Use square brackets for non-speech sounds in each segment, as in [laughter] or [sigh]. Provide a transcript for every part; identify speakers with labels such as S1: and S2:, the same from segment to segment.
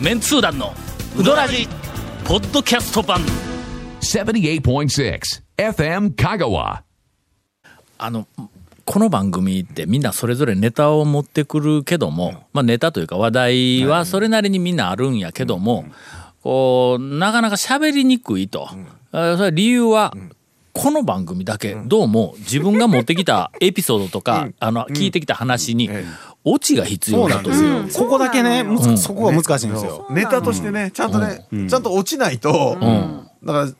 S1: メンツー団のウドラジポッドキャスト版
S2: 78.6 FM Kagawa.
S1: あのこの番組ってみんなそれぞれネタを持ってくるけども、まあ、ネタというか話題はそれなりにみんなあるんやけども、こうなかなか喋りにくいと、あそれは理由は、この番組だけどうも自分が持ってきたエピソードと [laughs] か、あの聞いてきた話にオチが必要だという。
S3: ここだけね、むずそこが難しいんですよ。
S4: ネタとしてねちゃんとね、ちゃんと落ちないと、だからい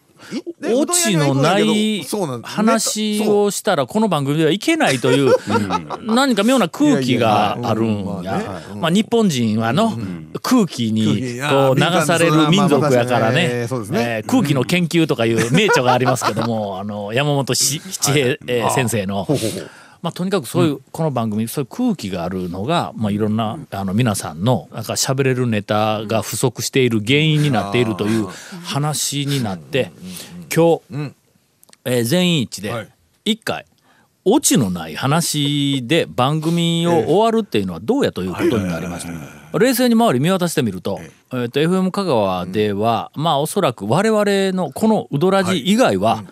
S4: ね
S1: オチのな
S4: うどん屋に
S1: い
S4: は行くんだけどそうなんですネ
S1: 話
S4: タそう
S1: をしたらこの番組ではいけないと [laughs] いう何か妙な空気があるん
S4: いやいやいや
S1: や。まあ日本人はの空気
S4: 空気
S1: に
S4: いや
S1: こう流
S4: 敏感
S1: される民族やから
S4: まあまあ確かにえ
S1: ね
S4: ーそうですね
S1: えー空気の研究とかいう名著がありますけども [laughs] あの山本七七平えー先生の。まあ、とにかくそういうこの番組そういう空気があるのが、まあ、いろんなあの皆さんのなんか喋れるネタが不足している原因になっているという話になって今日えー全員一致
S4: は
S1: で
S4: い
S1: 一回オチのない話で番組を終わるっていうのはどうやということになりました冷静に周り見渡してみると,、えーと FM 香川では、まあおそらく我々のこの「ウドラジ」以外は、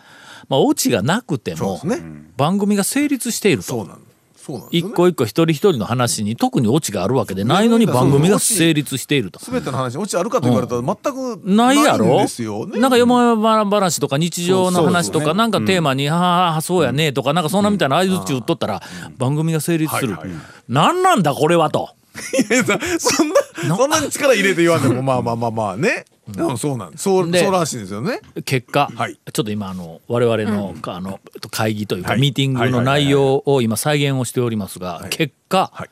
S1: まあ、オチがなくても
S4: そうですね
S1: 番組が成立している
S4: そう
S1: と。
S4: なんそうなんです
S1: 一
S4: よね
S1: 個一個一人一人の話に特にオチがあるわけでないのに番組が成立していると。
S4: 全ての話に落ちあるかと言われたら全く
S1: ないや
S4: ん
S1: ろ
S4: ですよね
S1: なんか山ば話とか日常の話と
S4: そうそうそう
S1: か
S4: ね
S1: なんかテーマに「ああそうやね」とかなんかそんなみたいな相槌打っとったら番組が成立する
S4: はいはいはい
S1: 「何なんだこれは」と。
S4: [laughs] そんなそんなに力入れて言わんでもまあまあまあまあね、うん、そうなんそう
S1: で
S4: そうらしいんですよね
S1: 結果、
S4: はい
S1: ちょっと今あの我々の,、あのえっと会議というか、
S4: はい
S1: ミーティングの内容を今再現をしておりますが、
S4: い
S1: 結果、
S4: はい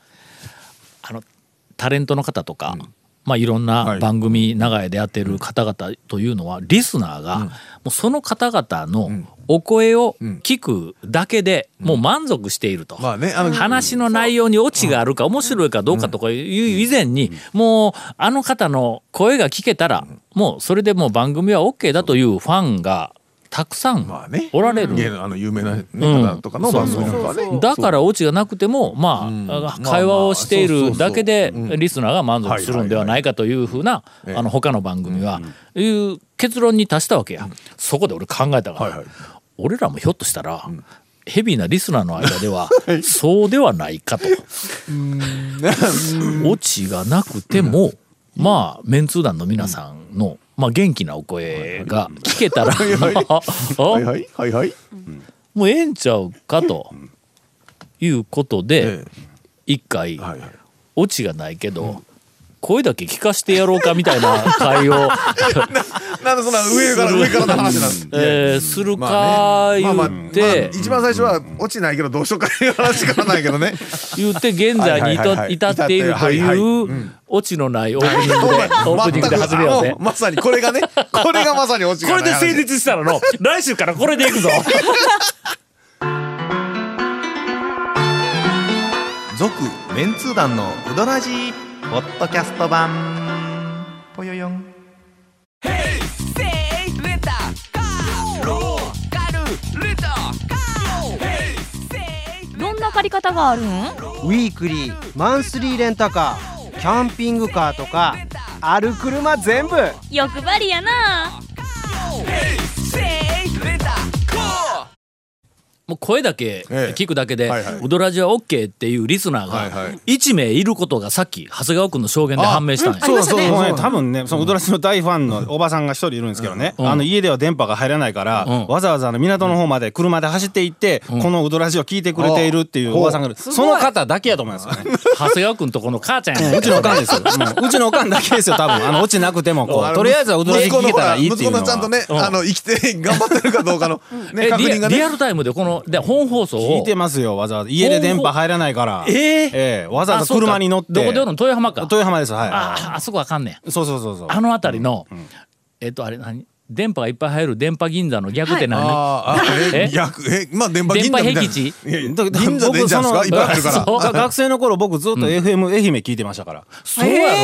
S1: あのタレントの方とか、まあ、いろんな
S4: はい
S1: 番組長屋でやってる方々というのはリスナーが、もうその方々のお声を聞くだけでもう満足していると。
S4: まあねあの
S1: 話の内容にオチがあるか面白いかどうかとかいう以前にもうあの方の声が聞けたらもうそれでもう番組は OK だというファンがたくさ
S4: まあ
S1: ん
S4: ね
S1: おられ
S4: 芸
S1: る。
S4: のあの有名なね
S1: ん
S4: 方とかの番組なんかはね、
S1: だからオチがなくてもまあ会話をしているだけでリスナーが満足するんではないかというふうな
S4: ええ
S1: あの他の番組はいう結論に達したわけや。そこで俺考えたか
S4: はいは
S1: ら
S4: い
S1: 俺らもひょっとしたらヘビーなリスナーの間で [laughs] はそうではないかと。オチがなくても、まあメンツー団の皆さんの、まあ、元気なお声が聞けたら、 [laughs] ああ
S4: はいはいはいはい
S1: もうええんちゃうかということで
S4: え
S1: 一回、
S4: えはいはい
S1: オチがないけど、声だけ聞かしてやろうかみたいな会を、
S4: なんでそんな上から上からの話なんです
S1: えーする
S4: ま
S1: か
S4: あねまあまあ
S1: 言って
S4: 一番最初は落ちないけどどうしようかっていう話からないけ
S1: [laughs]
S4: どね
S1: 言って現在に
S4: はいはいはいは
S1: 至
S4: い
S1: 至っていると
S4: はいはい
S1: いううオチのないオープニングでオープニングで
S4: 全
S1: 始
S4: く
S1: めようぜ
S4: も。うまさにこれがね
S1: [laughs]
S4: これがまさに落ち
S1: こ
S4: が
S1: れ
S4: な
S1: で
S4: い話
S1: 成立したらの来週からこれでい
S4: [laughs]
S1: くぞ
S5: 続メンツー団のウドラジーポッドキャスト版ぽよよん
S6: どんな借り方があるん
S7: ウィークリーマンスリーレンタカーキャンピングカーとかある車全部
S6: 欲張りやな
S1: もう声だけ
S4: ええ
S1: 聞くだけで
S4: はいはい
S1: 「ウドラジは OK」っていうリスナー
S4: はいは
S1: が
S4: い
S1: 1名いることがさっき長谷川君の証言で判明したんや。
S3: そうそう
S7: ね
S3: もうね多分ねそのウドラシの大ファンのおばさんが一人いるんですけどね、
S1: うん
S3: あの家では電波が入らないから、
S1: うん
S3: わざわざあの港の方まで車で走って行って、このウドラジを聞いてくれているっていうおばさんがいるその方だけやと思います
S1: [laughs]
S3: よね
S1: 長谷川君とこの母ちゃんやね
S3: うちのおかんですよ。うんうちのおかんだけですよ、多分。あの、落ちなくても、こう、とりあえずはうどらじ聞けたらいいっていうのは。
S4: 息子のほら息子のちゃんとね、あの生きて頑張ってるかどうかの、
S1: [laughs]
S4: ね、
S1: え
S4: 確認
S1: リア
S4: が
S1: リ
S4: ね
S1: アルタイムでこので本放送
S3: 聞い
S1: を
S3: てますよ、わざわざ。家で電波入らないから。
S1: ええ
S3: えわざわ
S1: あ
S3: ざ
S1: そうか
S3: 車に乗って。
S1: どこでおるの豊浜か
S3: 豊浜です、はい。
S1: あああそこあかんねん
S3: そうそうそうそう。
S1: あの辺りのえっとあれ何電波がいっぱい入る電波銀座の逆って何、
S4: あーあ
S1: [laughs] え
S4: え逆えまあ電波
S1: 電
S4: 銀座
S1: 波
S4: みたい
S1: 壁
S4: な
S1: 地
S4: いやいや銀座でいいんじゃないですかいっぱいある
S3: [laughs]
S4: から
S1: そう
S3: が学生の頃僕ずっと FM 愛媛聞いてましたから。
S1: そうやろ、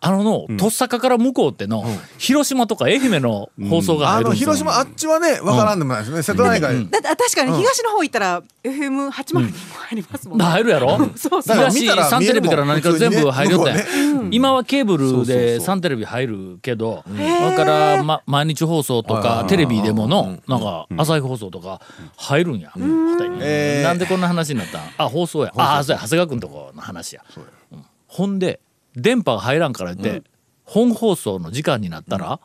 S1: あのの、とっさかから向こうっての、広島とか愛媛の放送が
S4: あ
S1: 入るん
S4: の
S1: ですよ、
S4: 広島あっちはねわからんでもないですね瀬戸内海
S8: だってあ確かに東の方行ったら FM802 も入りますもんね。
S1: 入るやろ [laughs]
S8: そうそう
S4: だから
S1: 東
S4: 見たら
S1: サンテレビから何から全部入るよったんや
S4: 見
S1: 今はケーブルでサンテレビ入るけどだから、ま、毎日放送とかテレビでものなんか朝日放送とか入るんや、
S4: えー
S1: なんでこんな話になったんあ放送やあそうや長谷川君とこの話やうんほんで電波が入らんから言って、本放送の時間になったら、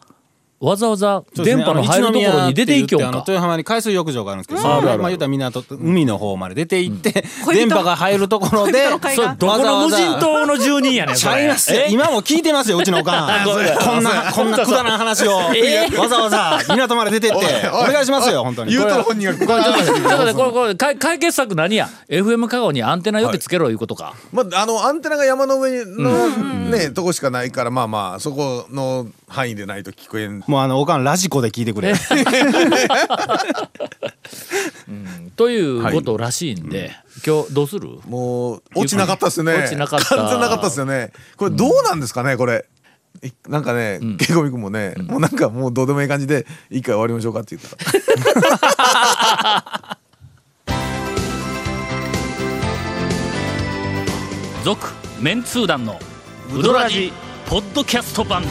S1: わざわざ電波の入るところに出ていきよ
S3: あ
S1: ん
S3: の一宮って言ってあの
S1: か。
S3: 豊浜に海水浴場があるんですけど、そ
S1: あ
S3: の
S1: るある
S3: まあ言うたら港と海の方まで出て行って、
S8: うん
S3: 電波が入るところで
S8: 恋人の会
S1: それどこの無人島の住人やねん
S3: [laughs] ち
S1: そ
S3: ゃ
S1: れ
S3: いますよ
S1: え
S3: 今も聞いてますようちのおかんこんなこんなくだらん話をわざわざ港まで出てってお願いしますよ本当に
S4: 言うとる本人が
S1: これちょっと待ってちょっと待ってこれこれ解解決策何や FM 香川にアンテナよけつけろいうことか、
S4: [laughs] まああのアンテナが山の上のねとこしかないからまあまあそこの範囲でないと聞こえん
S3: もうあのおかんラジコで聞いてくれ
S1: ということらしいんで、今日どうする
S4: もう落ちなかったっすね
S1: 落ちなかった
S4: 完全なかったっすよねこれどうなんですかねこれいなんかねケイコミ君もねもうなんかもうどうでもいい感じで一回終わりましょうかって言ったら
S1: 続メンツー団のウドラジポッドキャスト版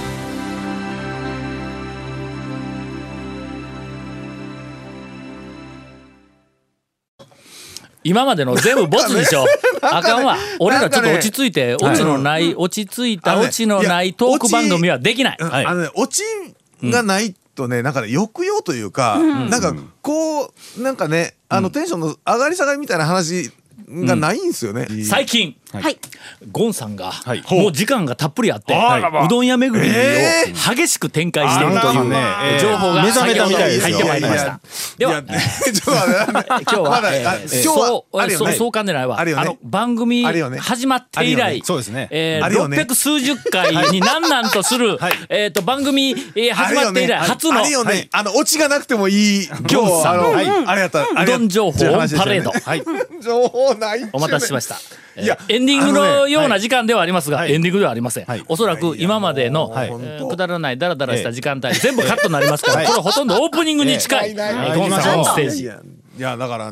S1: 今までの全部ボツでしょ、 [laughs] あかんわ俺らちょっと落ち着いて、落ちのない、落ち着い
S4: あ
S1: た
S4: のね
S1: 落ちのない
S4: いや
S1: トーク番組はできない、
S4: あのね落ちがないとねなんかね抑揚というかなんかこうなんかねあのテンションの上がり下がりみたいな話がないんですよね
S1: 最近、
S8: はい。
S1: ゴンさんが、
S3: い
S1: もう時間がたっぷりあって、
S3: あらば
S1: うどん屋巡りを
S4: え
S1: 激しく展開しているという、
S3: ね
S1: 情報が
S3: 目覚めたみたいで
S1: 入
S3: すよ
S1: ってまいりました。で
S4: いや
S1: は、
S4: ねちょっと待って
S1: 今日は、
S4: まだ
S1: えー
S4: あ
S1: えー
S4: 今日は
S1: そう
S4: あるよね
S1: そうそうかんでないわ。
S4: あるよね
S1: の番組
S4: あるよね
S1: 始まって以
S4: ある
S1: 来、
S4: よね
S3: そうですね
S1: えー
S4: あるよね
S1: 600数十回になんなんとする、えっと番組えー
S4: あ
S1: [laughs] 始
S4: れ
S1: ま
S4: よ
S1: って
S4: ね
S1: 以来初の
S4: あれよね、あの、オチがなくてもいい、今日、
S1: ゴンさん
S4: あの、あれやった、あ
S1: う
S4: れや
S1: ど
S4: っ
S1: ん情報オンパレード。
S4: た [laughs] 情報ないっちゅうね
S1: お待たせしました。えー
S4: いや
S1: エンディングのような時間ではありますが、エンディングではありません。
S3: はい
S1: おそらく今までの、
S4: いやいや
S1: え
S4: もう
S1: ー
S4: 本当
S1: くだらないダラダラした時間帯、全部カットになりますから、これほとんどオープニングに近い、えーゴンさんのステー
S4: い
S1: ジ。
S4: やいやだから、あ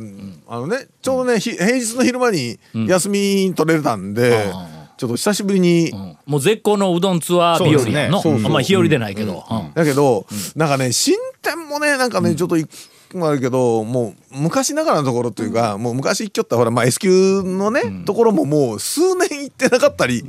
S4: のねちょうどねひ平日の昼間に休み取れたんで、ちょっと久しぶりに、
S1: もう絶好のうどんツアー日和やの、
S4: そうですねそうそう
S1: まあ日和でないけど、うん
S4: だけど、なんかね新店もねなんかね、ちょっといもあるけどもう昔ながらのところというか、もう昔行きよったほら、まあ、S 級のね、ところももう数年行ってなかったり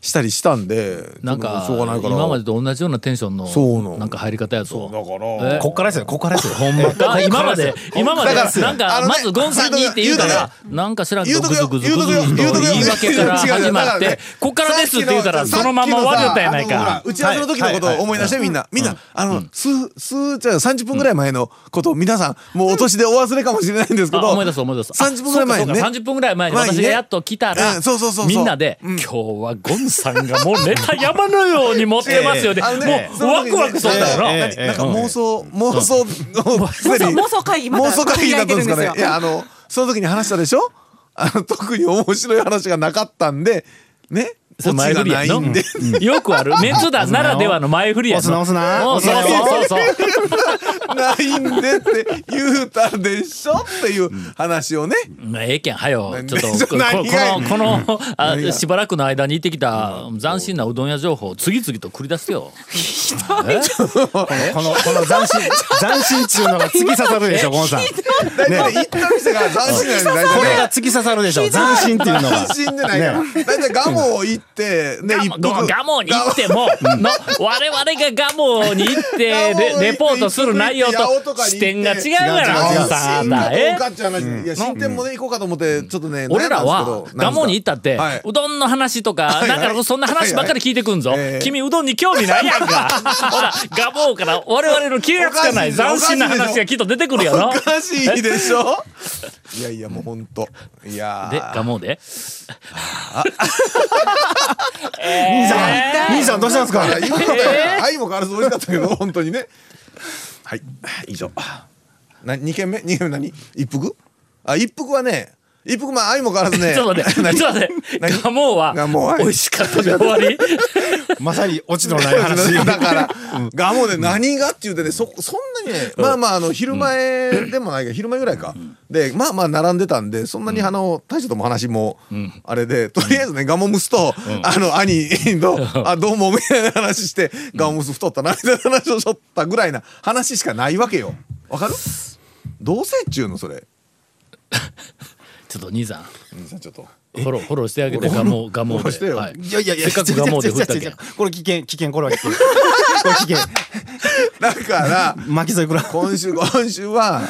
S4: したりしたんで
S1: なんか
S4: しょうがないから
S1: 今までと同じようなテンション
S4: そうな
S1: の
S4: の
S1: なんか入り方やぞ。
S4: だから、
S1: え
S3: こっからですよこっからですよほん
S1: だから今まで今まで
S4: だから
S1: なん
S4: あ
S1: か
S4: のね
S1: まずゴンさんにって言うからなんか知らんけどグズグズグズグズと言い訳
S4: [laughs]
S1: から始まってこっからですって言うたらそのまま終わりだったやないか。
S4: 打ち合わせの時のことを思い出してみんな、みんな、あの、数、数、じゃあ30分ぐらい前のことを皆さん、もうお年でお忘れかもしれないんですけ
S1: あ
S4: ど、
S1: 思い出す思い出す
S4: 30分ぐらい前にね。
S1: 三十分ぐらい前に私がやっと来たら、
S4: うんそうそうそうそう
S1: みんなで、
S4: うん
S1: 今日はゴンさんがもうネタ山のように持ってますよね。
S4: あのね
S1: もうワクワクしとったよな。
S3: ええええ
S4: なんか妄想、妄想の、
S8: 妄想妄想会議ま
S4: 妄
S8: た
S4: 想会議だったんですかね
S8: 開いてるん。
S4: いや、あの、その時に話したでしょ [laughs] あの、特に面白い話がなかったんで、ね。
S1: それ前振りやん
S4: オチがないんで。
S1: の。よくあ
S4: [laughs]
S1: る。メンツ団ならではの前振りやの。
S3: 押すな
S1: もう
S3: 押す
S1: そうそ
S3: な
S1: うそうそう。
S4: ないんでって言うたでしょっていう話をね、
S1: ええけん、はよ。ちょっと、ここ
S4: 何が
S1: の、この、あ
S4: 何が
S1: しばらくの間に行ってきた斬新なうどん屋情報を次々と繰り出すよ。
S3: このこの斬 [laughs] 新斬新中のが突き刺さるでしょゴンさん
S4: 大体行った店が斬
S1: [laughs]
S4: 新なんじゃない
S3: これが突き刺さるでしょ斬新っていうのが
S4: 斬新じゃないから大体ガモ行ってね
S1: ガ
S4: 一
S1: モ
S4: 服
S1: ガモに行っても、 [laughs] の、我々がガモに行って
S4: ガモに
S1: レ、
S4: 行って
S1: レポートする内容
S4: 八尾
S1: と
S4: とかに行って
S1: 視点が違うから、
S3: 違う違う違
S1: ゴ
S3: う
S1: ンさんあ
S4: 新
S1: んた、え
S4: 店かって話いや新店もね行こうかと思ってちょっとね
S1: 俺らは
S4: 悩んだんですけど
S1: ガモに行ったって、
S4: はいう
S1: どんの話とか、
S4: いはい
S1: なんかそんな話ばっかり聞いてくんぞ、
S4: はいはいええ
S1: 君うどんに興味ないやんかほらガモから我々の気がつかない
S4: おかし
S1: 斬
S4: いでしょ
S1: 新な話がきっと出てくるや
S4: お
S1: ろ
S4: かしいでしょいやいやもうほんといやー
S1: でガモで
S3: 兄さん兄さんどうしたんですか
S4: あ今のは相も変わらず美味しかったけど本当にねはい以上な二軒目二軒目何一服あ一服はね一服まあ相も変わらずね
S1: ちょっと待って、ちょっと待って、
S4: 何
S1: ガモは
S4: ガモは
S1: 美味しかったで終わり。
S3: まさにオチの [laughs] ない話
S4: だから、ガモで何がって言うてねそそんなにねまあまああの昼前でもないけど昼前ぐらいか、でまあまあ並んでたんでそんなにあの大将とも話もあれで、とりあえずねガモムスと、あの兄の「 [laughs] あどうも」みたいな話して「ガモムス太ったな」みたいな話をしとったぐらいな話しかないわけよわかる同棲中のそれ
S1: ちょっと兄さん、
S4: 兄さんちょっと
S1: フォロー、フォローしてあげて、ガモ、ガモ
S4: フォローして
S1: で。
S4: よ
S1: はい
S3: いやいやいや
S1: せっかくガモで振ったけん
S3: 違う違う違う違うこれ危険危険これは危 [laughs] 険これ危険
S4: だから
S3: 巻き添えくら
S4: 今週今週は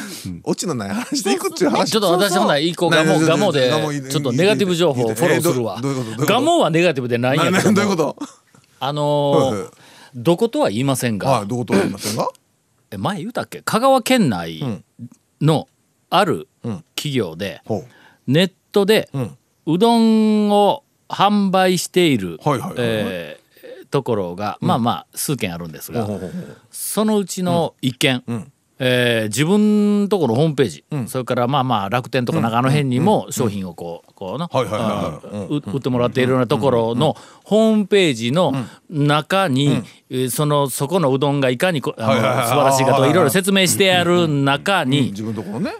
S4: オチのない話でいくっていう話
S1: ちょっと私ほな以降ガモガモでちょっとネガティブ情報をフォローするわ
S4: どういうことどういうこと
S1: ガモはネガティブでないんやけ
S4: ななどういうこ
S1: ども
S4: と
S1: あ
S4: はいはい
S1: のーどことは言いません
S4: は
S1: が
S4: いどういうことは言いませんが
S1: え前言うたっけ香川県内のある
S4: うん
S1: 企業で
S4: ほ
S1: ネットで
S4: うん
S1: うどんを販売している
S4: はいはいはいはい
S1: えーところがまあまあ数件あるんです
S4: うほう
S1: が
S4: ほうほう
S1: そのうちの一件、
S4: うん
S1: えー自分のところのホームページ、
S4: ん
S1: それからまあまあ楽天とかなんかあの辺にも商品をこうこうの
S4: はいはいはいはい
S1: あーう売ってもらっているようなところのホームページの中に、えーそのそこのうどんがいかにこあの
S4: はいはいはい
S1: 素晴らしいか
S4: あ
S1: と
S4: ー
S1: いろいろ説明してある中に
S4: 自分のところね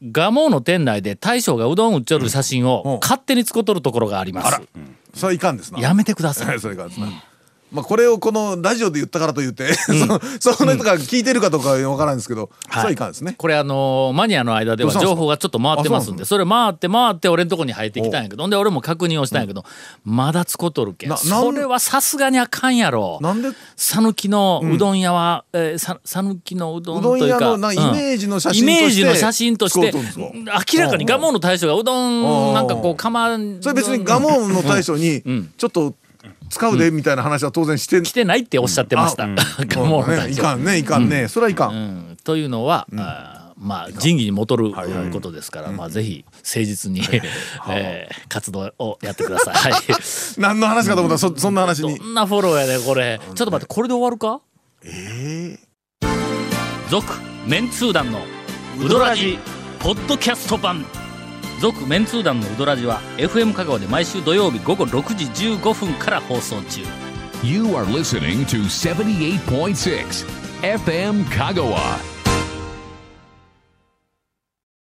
S1: 蒲生の店内で大将がうどん売っちょる写真
S4: うん
S1: を勝手に使っとるところがあります。
S4: それはいかんですな
S1: やめてください
S4: はいそれいかんですなまあこれをこのラジオで言ったからと言って [laughs] そその人が聞いてるかどうかはわからんですけどそれはいかんですね
S1: これあのーマニアの間では
S4: どうしたんですか
S1: 情報がちょっと回ってますんでそれ回って回って俺のとこに入ってきたんやけどほんで俺も確認をしたんやけど、まだつことるけん
S4: ななん
S1: それはさすがにあかんやろ
S4: なんで
S1: 讃岐のうどん屋は、えーさ讃岐のうどんという
S4: うど
S1: か
S4: ん屋のな
S1: うん
S4: イメージの写真として
S1: イメージの写真として
S4: 使うとんです
S1: 明らかに蒲生の大将がうどんなんかこ
S4: う
S1: うん釜
S4: それ別にガモの大将に
S1: ん
S4: ちょっと使うでみたいな話は当然して
S1: 来てないっておっしゃってました、 [laughs] 蒲生の
S4: そうだね
S1: 大
S4: い
S1: 将。
S4: かんねいかんねそれはいか
S1: うんん、というのは、あーまあ仁義にもとることですから、まあぜひ誠実に、 [laughs] えー活動をやってください。 [laughs] はい
S4: 何の話かと思ったらそそんな話
S1: ど
S4: に
S1: んなフォローやねこれ。ちょっと待ってこれで終わるか？ええ続メンツー団のウドラジポッドキャスト版。続メンツー団のウドラジは FM 香川で毎週土曜日午後6時15分から放送中。
S2: You are listening to 78.6 FM Kagawa.